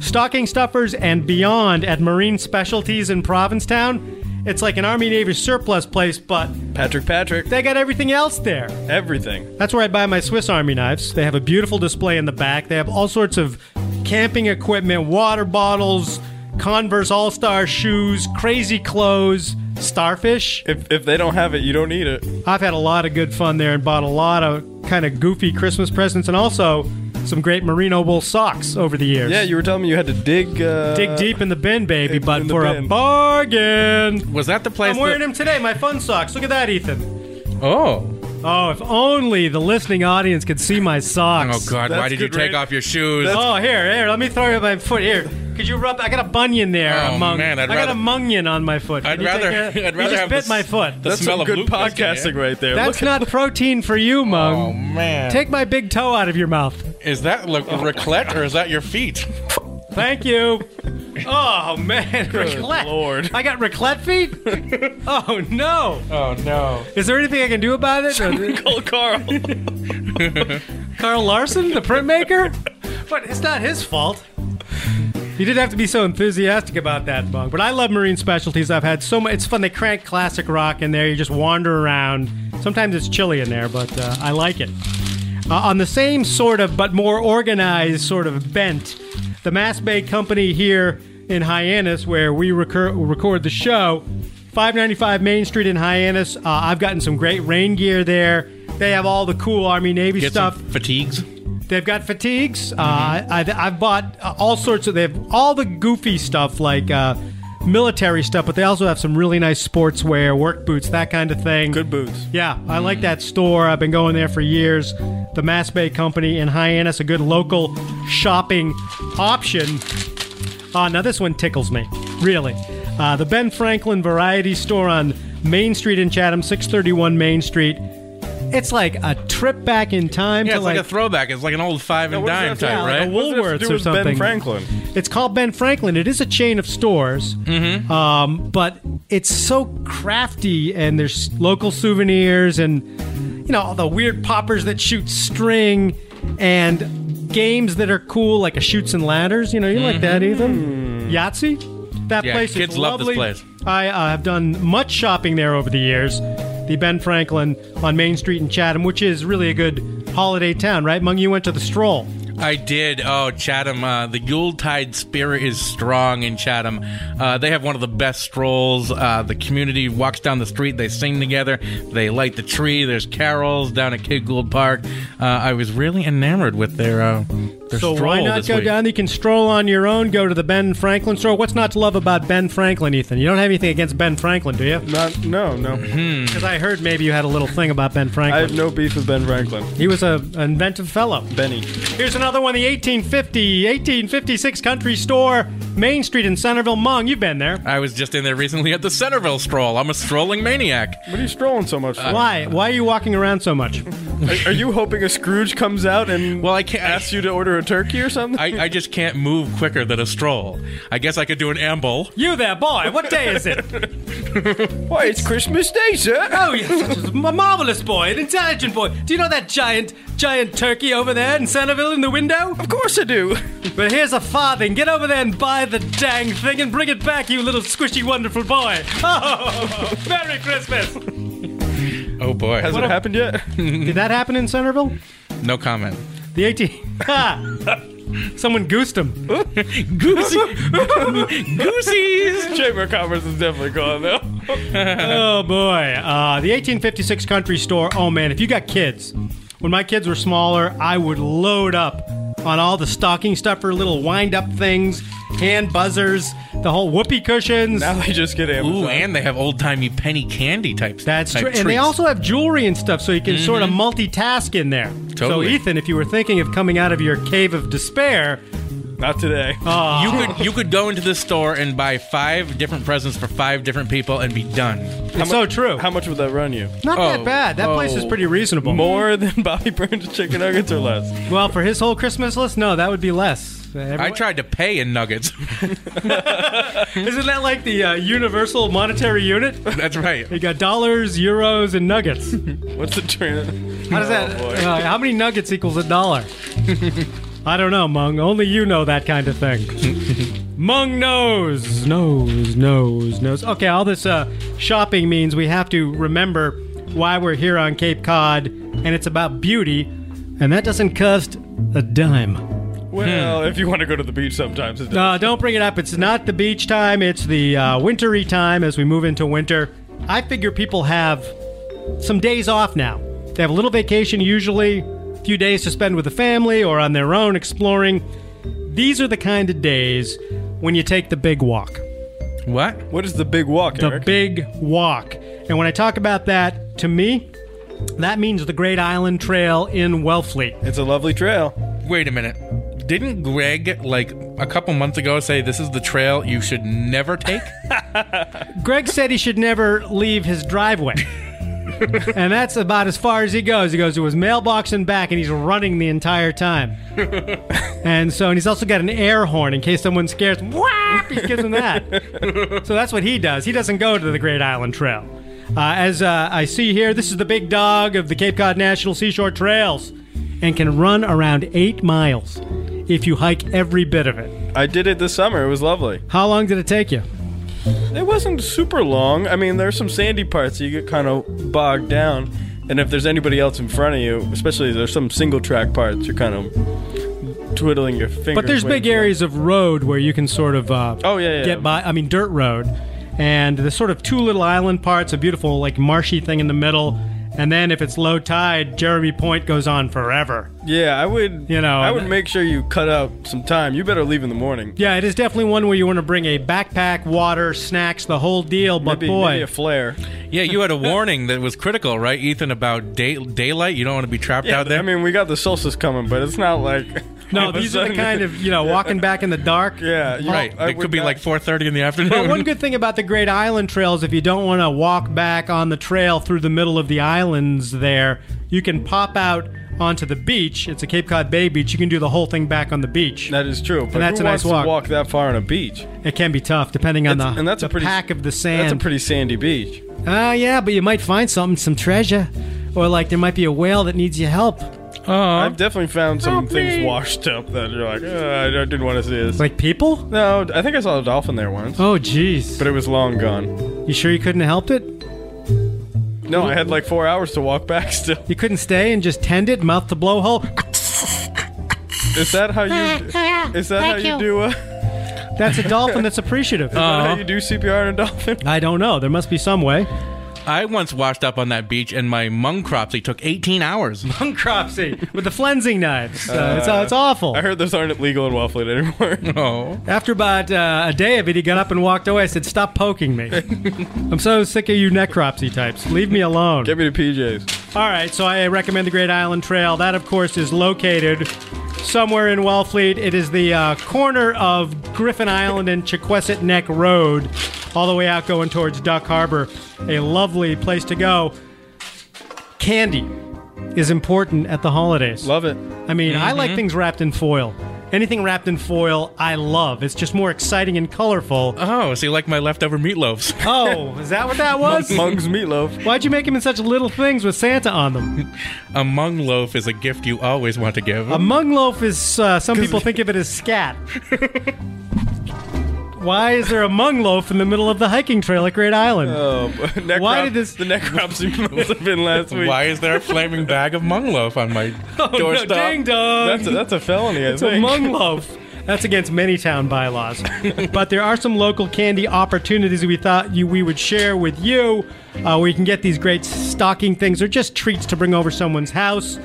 Speaker 1: Stocking stuffers and beyond at Marine Specialties in Provincetown. It's like an Army Navy surplus place, but
Speaker 3: Patrick, Patrick,
Speaker 1: they got everything else there.
Speaker 3: everything.
Speaker 1: That's where I buy my Swiss Army knives. They have a beautiful display in the back. They have all sorts of camping equipment, water bottles, Converse All Star shoes, crazy clothes, starfish.
Speaker 3: If, if they don't have it, you don't need it.
Speaker 1: I've had a lot of good fun there and bought a lot of kind of goofy Christmas presents and also some great merino wool socks over the years.
Speaker 3: Yeah, you were telling me you had to dig. Uh,
Speaker 1: dig deep in the bin, baby,
Speaker 3: in
Speaker 1: but
Speaker 3: the
Speaker 1: for a
Speaker 3: bin.
Speaker 1: bargain.
Speaker 2: Was that the place?
Speaker 1: I'm wearing
Speaker 2: that-
Speaker 1: them today, my fun socks. Look at that, Ethan.
Speaker 2: Oh.
Speaker 1: Oh, if only the listening audience could see my socks.
Speaker 2: Oh God! Why
Speaker 3: That's
Speaker 2: did you
Speaker 3: good
Speaker 2: take
Speaker 3: radio.
Speaker 2: off your shoes?
Speaker 1: Oh, here, here. Let me throw you my foot here. Could you rub? I got a bunion there.
Speaker 2: Oh,
Speaker 1: a mung,
Speaker 2: man, I'd
Speaker 1: I got a
Speaker 2: rather-
Speaker 1: mungin on my foot. Can
Speaker 2: I'd
Speaker 1: you take
Speaker 2: rather-
Speaker 1: care-
Speaker 2: I'd
Speaker 1: you
Speaker 2: rather
Speaker 1: just
Speaker 2: have
Speaker 1: bit
Speaker 2: the
Speaker 1: my
Speaker 2: s-
Speaker 1: foot.
Speaker 2: the
Speaker 3: That's
Speaker 2: smell
Speaker 3: some
Speaker 2: of
Speaker 3: good
Speaker 2: Luke Fisk in
Speaker 3: podcasting
Speaker 2: here.
Speaker 3: right there.
Speaker 1: That's
Speaker 3: Look at-
Speaker 1: not protein for you,
Speaker 2: Oh
Speaker 1: mung.
Speaker 2: man!
Speaker 1: Take my big toe out of your mouth.
Speaker 2: is that le- raclette or is that your feet?
Speaker 1: Thank you. Oh man, raclette.
Speaker 3: Lord.
Speaker 1: I got raclette feet. oh no.
Speaker 2: Oh no!
Speaker 1: Is there anything I can do about it? Or-
Speaker 3: Call Carl.
Speaker 1: Carl Larson, the printmaker. But it's not his fault. You didn't have to be so enthusiastic about that, Bung. But I love marine specialties. I've had so much. It's fun. They crank classic rock in there. You just wander around. Sometimes it's chilly in there, but uh, I like it. Uh, on the same sort of, but more organized sort of bent, the Mass Bay Company here in Hyannis, where we recur- record the show, 595 Main Street in Hyannis. Uh, I've gotten some great rain gear there. They have all the cool Army Navy
Speaker 2: Get
Speaker 1: stuff.
Speaker 2: some fatigues.
Speaker 1: They've got fatigues. Uh, I, I've bought uh, all sorts of. They have all the goofy stuff like uh, military stuff, but they also have some really nice sportswear, work boots, that kind of thing.
Speaker 3: Good boots.
Speaker 1: Yeah, I like that store. I've been going there for years. The Mass Bay Company in Hyannis, a good local shopping option. Uh, now, this one tickles me, really. Uh, the Ben Franklin Variety Store on Main Street in Chatham, 631 Main Street. It's like a trip back in time
Speaker 2: Yeah,
Speaker 1: to
Speaker 2: it's like, a throwback. It's like an old five and
Speaker 3: what does
Speaker 2: dime
Speaker 3: that
Speaker 2: type,
Speaker 3: sound
Speaker 1: like
Speaker 2: right?
Speaker 1: a
Speaker 3: What does that have to
Speaker 1: Woolworths
Speaker 3: do
Speaker 1: or
Speaker 3: with
Speaker 1: something.
Speaker 3: Ben Franklin.
Speaker 1: It's called Ben Franklin. It is a chain of stores,
Speaker 2: Mm-hmm.
Speaker 1: um, but it's so crafty, and there's local souvenirs, and you know all the weird poppers that shoot string, and games that are cool like a shoots and ladders. You know, you like that, Ethan? Yahtzee. That
Speaker 2: Mm-hmm. Yeah,
Speaker 1: place
Speaker 2: kids
Speaker 1: is
Speaker 2: love this
Speaker 1: lovely.
Speaker 2: place.
Speaker 1: I uh, have done much shopping there over the years. The Ben Franklin on Main Street in Chatham, which is really a good holiday town, right? Mung, you went to the Stroll.
Speaker 2: I did. Oh, Chatham. Uh, the Yuletide spirit is strong in Chatham. Uh, they have one of the best strolls. Uh, the community walks down the street. They sing together. They light the tree. There's carols down at Kid Gould Park. Uh, I was really enamored with their uh, There's
Speaker 1: so why
Speaker 2: stroll
Speaker 1: not
Speaker 2: this
Speaker 1: go
Speaker 2: week.
Speaker 1: down? You can stroll on your own. Go to the Ben Franklin store. What's not to love about Ben Franklin, Ethan? You don't have anything against Ben Franklin, do you?
Speaker 3: Not, no, no.
Speaker 2: Mm.
Speaker 1: Because I heard maybe you had a little thing about Ben
Speaker 3: I have
Speaker 1: Franklin.
Speaker 3: no beef with Ben Franklin.
Speaker 1: He was a, an inventive fellow.
Speaker 3: Benny.
Speaker 1: Here's another one. The 1850, 1856 Country Store, Main Street in Centerville, Mung. You've been there.
Speaker 2: I was just in there recently at the Centerville stroll. I'm a strolling maniac.
Speaker 3: What are you strolling so much for?
Speaker 1: Why? Why are you walking around so much?
Speaker 3: Are, are you hoping a Scrooge comes out and
Speaker 2: Well, I can't. I-
Speaker 3: asks you to order a turkey or something?
Speaker 2: I, I just can't move quicker than a stroll. I guess I could do an amble.
Speaker 1: You there, boy? What day is it?
Speaker 3: Why, it's Christmas Day, sir.
Speaker 1: Oh, you're such a marvelous boy, an intelligent boy. Do you know that giant, giant turkey over there in Centerville in the window?
Speaker 3: Of course I do.
Speaker 1: But here's a farthing. Get over there and buy the dang thing and bring it back, you little squishy, wonderful boy. Oh, Merry Christmas.
Speaker 2: Oh boy.
Speaker 3: Has it happened yet?
Speaker 1: Did that happen in Centerville?
Speaker 2: No comment.
Speaker 1: The 18. Ha! Someone goosed him.
Speaker 2: Goosey. Goosey's.
Speaker 3: Chamber of Commerce is definitely gone, though.
Speaker 1: Oh boy. Uh, the 1856 Country Store. Oh man, if you got kids, when my kids were smaller, I would load up on all the stocking stuffer, little wind up things, hand buzzers, the whole whoopee cushions.
Speaker 3: Now they just get Amazon.
Speaker 2: Ooh, and they have old timey penny candy types.
Speaker 1: That's
Speaker 2: type
Speaker 1: true. And they
Speaker 2: treats.
Speaker 1: also have jewelry and stuff, so you can sort
Speaker 3: Mm-hmm.
Speaker 1: of multitask in there. So,
Speaker 2: Totally.
Speaker 1: Ethan, if you were thinking of coming out of your cave of despair,
Speaker 3: Not today.
Speaker 1: Oh,
Speaker 2: You could you could go into the store and buy five different presents for five different people and be done.
Speaker 1: it's so true.
Speaker 3: How much would that run you?
Speaker 1: Not
Speaker 2: Oh,
Speaker 1: that bad. That place is
Speaker 2: oh.
Speaker 1: pretty reasonable.
Speaker 3: More than Bobby Burns chicken nuggets or less?
Speaker 1: Well, for his whole Christmas list, no, that would be less. Uh,
Speaker 2: I
Speaker 1: everyone-
Speaker 2: tried to pay in nuggets.
Speaker 1: Isn't that like the uh, universal monetary unit?
Speaker 2: That's right.
Speaker 1: You got dollars, euros, and nuggets.
Speaker 3: What's the trend? Oh,
Speaker 1: How does that? uh, how many nuggets equals a dollar? I don't know, Mung. Only you know that kind of thing. Mung knows, knows, knows, knows. Okay, all this uh, shopping means we have to remember why we're here on Cape Cod, and it's about beauty, and that doesn't cost a dime.
Speaker 3: Well, if you want to go to the beach sometimes, it does.
Speaker 1: Uh, don't bring it up. It's not the beach time. It's the uh, wintry time as we move into winter. I figure people have some days off now. They have a little vacation usually, a few days to spend with the family or on their own exploring. These are the kind of days when you take the big walk.
Speaker 2: What?
Speaker 3: What is the big walk,
Speaker 1: The
Speaker 3: Eric?
Speaker 1: big walk. And when I talk about that, to me, that means the Great Island Trail in Wellfleet.
Speaker 3: it's a lovely trail.
Speaker 2: Wait a minute. Didn't Greg like a couple months ago say this is the trail you should never take?
Speaker 1: Greg said he should never leave his driveway. and that's about as far as he goes. He goes to his mailbox and back, and he's running the entire time. and so, and he's also got an air horn in case someone scares him. Whap! He gives him that. so that's what he does. He doesn't go to the Great Island Trail. Uh, as uh, I see here, this is the big dog of the Cape Cod National Seashore Trails and can run around eight miles if you hike every bit of it.
Speaker 3: I did it this summer. It was lovely.
Speaker 1: How long did it take you?
Speaker 3: It wasn't super long. I mean, there's some sandy parts so you get kind of bogged down. And if there's anybody else in front of you, especially if there's some single track parts, you're kind of twiddling your fingers.
Speaker 1: But there's big
Speaker 3: waiting for them.
Speaker 1: areas of road where you can sort of uh,
Speaker 3: Oh, yeah, yeah.
Speaker 1: get by. I mean dirt road, and the sort of two little island parts, a beautiful like marshy thing in the middle, and then if it's low tide, Jeremy Point goes on forever.
Speaker 3: Yeah, I would.
Speaker 1: You know,
Speaker 3: I would
Speaker 1: and-
Speaker 3: make sure you cut out some time. You better leave in the morning.
Speaker 1: Yeah, it is definitely one where you want to bring a backpack, water, snacks, the whole deal. But
Speaker 3: Maybe,
Speaker 1: boy,
Speaker 3: maybe a flare.
Speaker 2: yeah, you had a warning that was critical, right, Ethan, about day- daylight. You don't want to be trapped out there.
Speaker 3: I mean, we got the solstice coming, but it's not like. all
Speaker 1: no,
Speaker 3: of a
Speaker 1: these are the
Speaker 3: sudden-
Speaker 1: kind of you know walking back in the dark.
Speaker 3: Yeah, you-
Speaker 2: right.
Speaker 3: I
Speaker 2: it
Speaker 3: would
Speaker 2: could be
Speaker 3: not-
Speaker 2: like 4:30 in the afternoon.
Speaker 1: But one good thing about the Great Island Trail is if you don't want to walk back on the trail through the middle of the islands there, you can pop out onto the beach. It's a Cape Cod Bay beach. You can do the whole thing back on the beach.
Speaker 3: That is true. But
Speaker 1: that's
Speaker 3: who
Speaker 1: a nice
Speaker 3: wants to
Speaker 1: walk.
Speaker 3: walk that far on a beach?
Speaker 1: It can be tough depending on
Speaker 3: That's-
Speaker 1: the,
Speaker 3: and that's a
Speaker 1: the
Speaker 3: pretty-
Speaker 1: pack of the
Speaker 3: That's a
Speaker 1: sand.
Speaker 3: pretty sandy beach.
Speaker 1: Ah, yeah, but you might find something, some treasure. Or like there might be a whale that needs your help.
Speaker 3: I've definitely found some things washed up that you're like, "Uh, I didn't want to see this.
Speaker 1: Like people?
Speaker 3: no, I think I saw a dolphin there once,
Speaker 1: Oh, jeez.
Speaker 3: but it was long gone.
Speaker 1: You sure you couldn't have helped it?
Speaker 3: No, I had like four hours to walk back. Still,
Speaker 1: You couldn't stay and just tend it, mouth to blowhole?
Speaker 3: is that how you? Is that how
Speaker 4: Thank
Speaker 3: you,
Speaker 4: you.
Speaker 3: do? Uh,
Speaker 1: That's a dolphin that's appreciative.
Speaker 3: Uh-huh.
Speaker 2: Uh-huh.
Speaker 3: how you do CPR on a dolphin?
Speaker 1: I don't know. There must be some way.
Speaker 2: I once washed up on that beach, and my mung cropsy took 18 hours.
Speaker 1: Cropsy with the flensing knives. Uh, it's, uh, it's awful.
Speaker 3: I heard those aren't legal in Waffle It anymore.
Speaker 2: Oh,
Speaker 1: After about uh, a day of it, he got up and walked away. I said, "Stop poking me. I'm so sick of you necropsy types. Leave me alone."
Speaker 3: Get me to PJs.
Speaker 1: All right, so I recommend the Great Island Trail. That, of course, is located somewhere in Wellfleet. It is the uh, corner of Griffin Island and Chequesset Neck Road, all the way out going towards Duck Harbor. A lovely place to go. Candy is important at the holidays.
Speaker 3: Love it.
Speaker 1: I mean, I like things wrapped in foil. Anything wrapped in foil, I love. It's just more exciting and colorful.
Speaker 2: oh, so you like my leftover meatloafs?
Speaker 1: Oh, is that what that was?
Speaker 3: Mung's meatloaf.
Speaker 1: Why'd you make him in such little things with Santa on them?
Speaker 2: a mung loaf is a gift you always want to give.
Speaker 1: A mung loaf is, uh, some people think of it as scat. Why is there a mung loaf in the middle of the hiking trail at Great Island?
Speaker 3: Oh, necrop-
Speaker 1: Why did this-
Speaker 3: The necropsy must have been last week.
Speaker 2: Why is there a flaming bag of mung loaf on my
Speaker 1: Oh, no,
Speaker 2: doorstep?
Speaker 1: ding dong!
Speaker 3: That's a, that's a felony, I
Speaker 1: it's a
Speaker 3: think.
Speaker 1: mung loaf. That's against many town bylaws. but there are some local candy opportunities we thought you, we would share with you, uh, where you can get these great stocking things or just treats to bring over someone's house.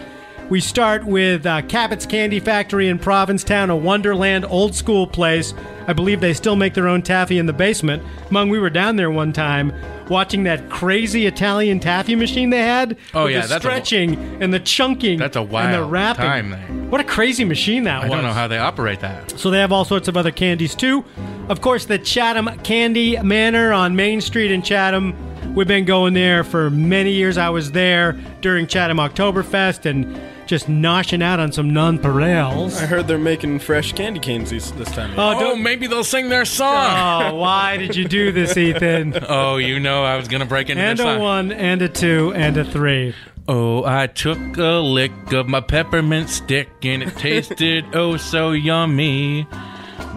Speaker 1: We start with uh, Cabot's Candy Factory in Provincetown, a Wonderland old school place. I believe they still make their own taffy in the basement. Mung, we were down there one time watching that crazy Italian taffy machine they had.
Speaker 2: Oh,
Speaker 1: with
Speaker 2: yeah,
Speaker 1: the
Speaker 2: that's a-
Speaker 1: stretching and the chunking.
Speaker 2: That's a
Speaker 1: and the
Speaker 2: wild
Speaker 1: wrapping.
Speaker 2: time there.
Speaker 1: What a crazy machine that
Speaker 2: I
Speaker 1: was.
Speaker 2: don't know how they operate that.
Speaker 1: So they have all sorts of other candies too. Of course, the Chatham Candy Manor on Main Street in Chatham. We've been going there for many years. I was there during Chatham Oktoberfest and just noshing out on some nonpareils.
Speaker 3: I heard they're making fresh candy canes this, this time.
Speaker 1: Oh,
Speaker 2: Oh,
Speaker 1: don't.
Speaker 2: maybe they'll sing their song.
Speaker 1: Oh, why did you do this, Ethan?
Speaker 2: Oh, you know I was gonna break into
Speaker 1: And
Speaker 2: their
Speaker 1: a
Speaker 2: song.
Speaker 1: one, and a two, and a three.
Speaker 2: Oh, I took a lick of my peppermint stick and it tasted oh so yummy.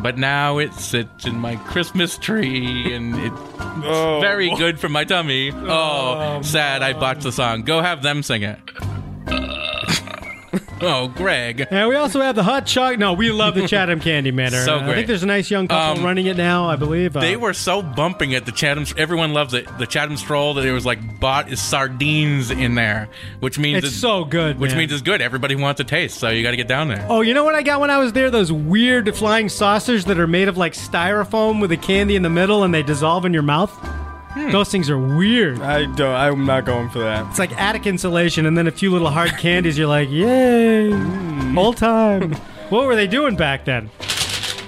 Speaker 2: But now it sits in my Christmas tree and it's
Speaker 3: Oh.
Speaker 2: very good for my tummy. Oh, sad I botched the song. Go have them sing it. oh, Greg.
Speaker 1: And we also have the hot chocolate. No, we love the Chatham Candy Manor.
Speaker 2: So
Speaker 1: I think
Speaker 2: great.
Speaker 1: there's a nice young couple
Speaker 2: Um,
Speaker 1: running it now, I believe. Uh,
Speaker 2: They were so bumping at the Chatham. Everyone loves it. The Chatham Stroll that it was like bought is sardines in there, which means
Speaker 1: It's so good,
Speaker 2: Which
Speaker 1: man.
Speaker 2: means it's good. Everybody wants a taste, so you got to get down there.
Speaker 1: Oh, you know what I got when I was there? Those weird flying saucers that are made of like styrofoam with a candy in the middle and they dissolve in your mouth. Those things are weird.
Speaker 3: I don't. I'm not going for that.
Speaker 1: It's like attic insulation and then a few little hard candies. You're like, yay,
Speaker 2: Hmm.
Speaker 1: old time. what were they doing back then?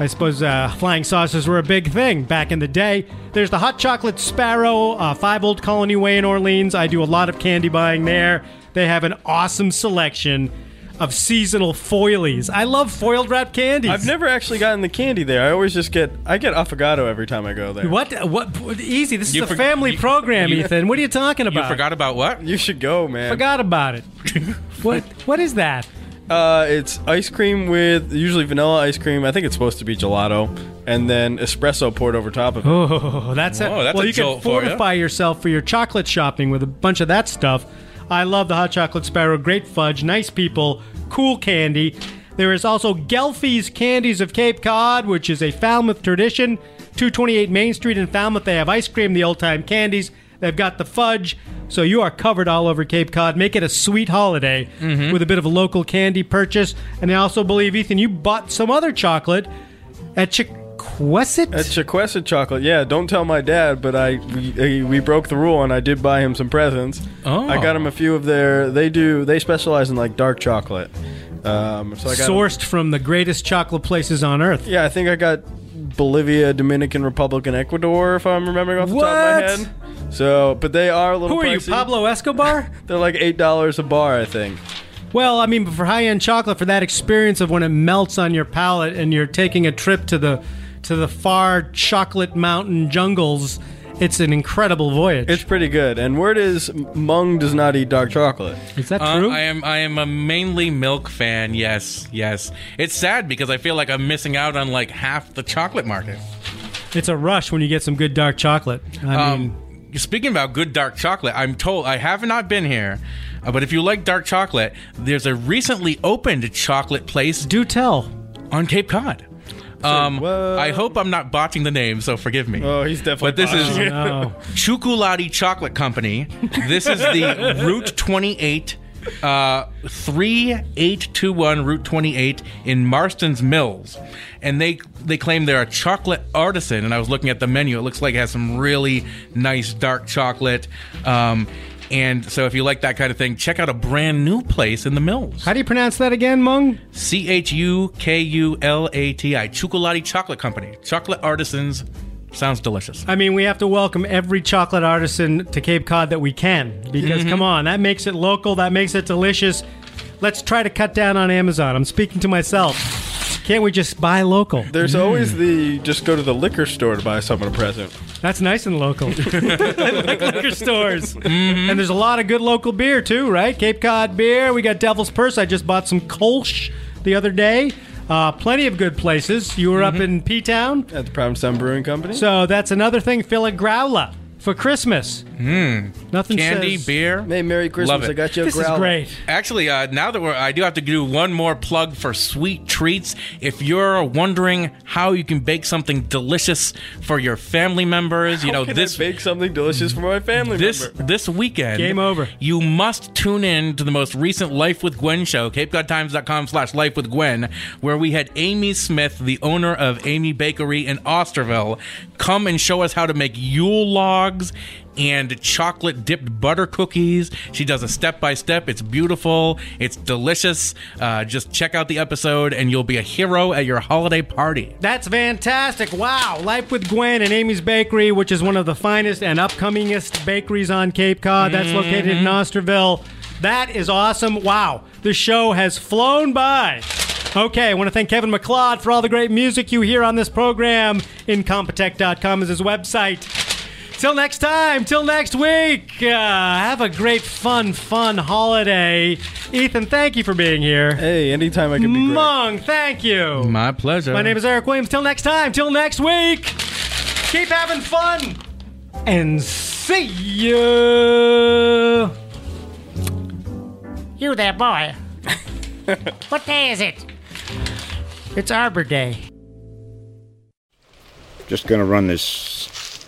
Speaker 1: I suppose uh, flying saucers were a big thing back in the day. There's the Hot Chocolate Sparrow, uh, 5 Old Colony Way in Orleans. I do a lot of candy buying there. They have an awesome selection of seasonal foilies. I love foiled wrapped candies.
Speaker 3: I've never actually gotten the candy there. I always just get I get affogato every time I go there.
Speaker 1: What? What? Easy. This
Speaker 2: You
Speaker 1: is a
Speaker 2: forg-
Speaker 1: family
Speaker 2: you-
Speaker 1: program,
Speaker 2: you-
Speaker 1: Ethan. What are you talking
Speaker 2: You
Speaker 1: about?
Speaker 2: forgot about what?
Speaker 3: You should go, man.
Speaker 1: Forgot about it. what? What is that?
Speaker 3: Uh, it's ice cream with usually vanilla ice cream. I think it's supposed to be gelato, and then espresso poured over top of it.
Speaker 1: Oh, that's it.
Speaker 2: Whoa, that's
Speaker 1: well,
Speaker 2: a
Speaker 1: you can
Speaker 2: jolt for ya.
Speaker 1: fortify yourself for your chocolate shopping with a bunch of that stuff. I love the hot chocolate sparrow. Great fudge. Nice people. Cool candy. There is also Gelfie's Candies of Cape Cod, which is a Falmouth tradition. 228 Main Street in Falmouth. They have ice cream, the old time candies. They've got the fudge. So you are covered all over Cape Cod. Make it a sweet holiday
Speaker 2: Mm-hmm.
Speaker 1: with a bit of a local candy purchase. And I also believe, Ethan, you bought some other chocolate at Chiquesset?
Speaker 3: That's Chiquesa chocolate. Yeah, don't tell my dad, but I we, I- we broke the rule and I did buy him some presents.
Speaker 2: Oh.
Speaker 3: I got him a few of their. They do. They specialize in like dark chocolate. Um, so I got. him-
Speaker 1: sourced from the greatest chocolate places on earth.
Speaker 3: yeah, I think I got Bolivia, Dominican Republic, and Ecuador. If I'm remembering off the top of my head. So, but they are a little.
Speaker 1: Who are you,
Speaker 3: pricey.
Speaker 1: Pablo Escobar?
Speaker 3: They're like eight dollars a bar, I think.
Speaker 1: well, I mean, but for high-end chocolate, for that experience of when it melts on your palate and you're taking a trip to the to the far chocolate mountain jungles, it's an incredible voyage.
Speaker 3: It's pretty good. And word is, Mung does not eat dark chocolate.
Speaker 1: Is that
Speaker 2: Uh,
Speaker 1: true?
Speaker 2: I am I am a mainly milk fan. Yes, yes. It's sad because I feel like I'm missing out on like half the chocolate market.
Speaker 1: it's a rush when you get some good dark chocolate. I mean,
Speaker 2: Um, speaking about good dark chocolate, I'm told I have not been here, uh, but if you like dark chocolate, there's a recently opened chocolate place
Speaker 1: do tell.
Speaker 2: on Cape Cod. Um,
Speaker 3: Whoa.
Speaker 2: I hope I'm not botching the name, so forgive me.
Speaker 3: Oh, he's definitely
Speaker 2: But this is
Speaker 3: botching
Speaker 1: No.
Speaker 2: Chocolati Chocolate Company. This is the Route 28, uh, 3821 Route 28 in Marston's Mills. And they they claim they're a chocolate artisan. And I was looking at the menu. It looks like it has some really nice dark chocolate. Um, and so if you like that kind of thing, check out a brand new place in the Mills.
Speaker 1: How do you pronounce that again, Mung?
Speaker 2: C H U K U L A T I, Chocolati Chocolate Company. Chocolate artisans. Sounds delicious.
Speaker 1: I mean, we have to welcome every chocolate artisan to Cape Cod that we can because,
Speaker 2: Mm-hmm.
Speaker 1: come on, that makes it local, that makes it delicious. Let's try to cut down on Amazon. I'm speaking to myself. Can't we just buy local?
Speaker 3: There's always the just go to the liquor store to buy someone a present.
Speaker 1: That's nice and local. I like liquor stores.
Speaker 2: Mm-hmm.
Speaker 1: And there's a lot of good local beer, too, right? Cape Cod beer. We got Devil's Purse. I just bought some Kolsch the other day. Uh, plenty of good places. You were
Speaker 2: Mm-hmm.
Speaker 1: up in P Town.
Speaker 3: At the Prime Sun Brewing Company.
Speaker 1: So that's another thing. Fill a growler for Christmas. Nothing
Speaker 2: Mm. Candy,
Speaker 1: says-
Speaker 2: beer.
Speaker 3: hey, Merry Christmas!
Speaker 2: Love it.
Speaker 3: I got you a
Speaker 1: This is
Speaker 3: growler.
Speaker 1: great.
Speaker 2: Actually, uh, now that we're, I do have to do one more plug for Sweet Treats. If you're wondering how you can bake something delicious for your family members, you know
Speaker 3: Can
Speaker 2: this
Speaker 3: I bake something delicious for my family
Speaker 2: this
Speaker 3: member.
Speaker 2: this weekend.
Speaker 1: Game over.
Speaker 2: You must tune in to the most recent Life with Gwen show, CapeCodTimes.com slash Life with Gwen, where we had Amy Smith, the owner of Amy Bakery in Osterville, come and show us how to make Yule logs and chocolate dipped butter cookies. She does a step by step. It's beautiful. It's delicious. Uh, just check out the episode and you'll be a hero at your holiday party.
Speaker 1: That's fantastic. Wow. Life with Gwen and Amy's Bakery, which is one of the finest and upcomingest bakeries on Cape Cod.
Speaker 3: Mm-hmm.
Speaker 1: That's located in Osterville. That is awesome. Wow. The show has flown by. Okay, I want to thank Kevin McLeod for all the great music you hear on this program. Incompetech.com is his website. Till next time, till next week, uh, have a great, fun, fun holiday. Ethan, thank you for being here.
Speaker 3: Hey, anytime I can be great.
Speaker 1: Mung, thank you.
Speaker 2: My pleasure.
Speaker 1: My name is Eric Williams. Till next time, till next week, keep having fun and see you.
Speaker 4: You there, boy. what day is it? It's Arbor Day.
Speaker 5: Just going to run this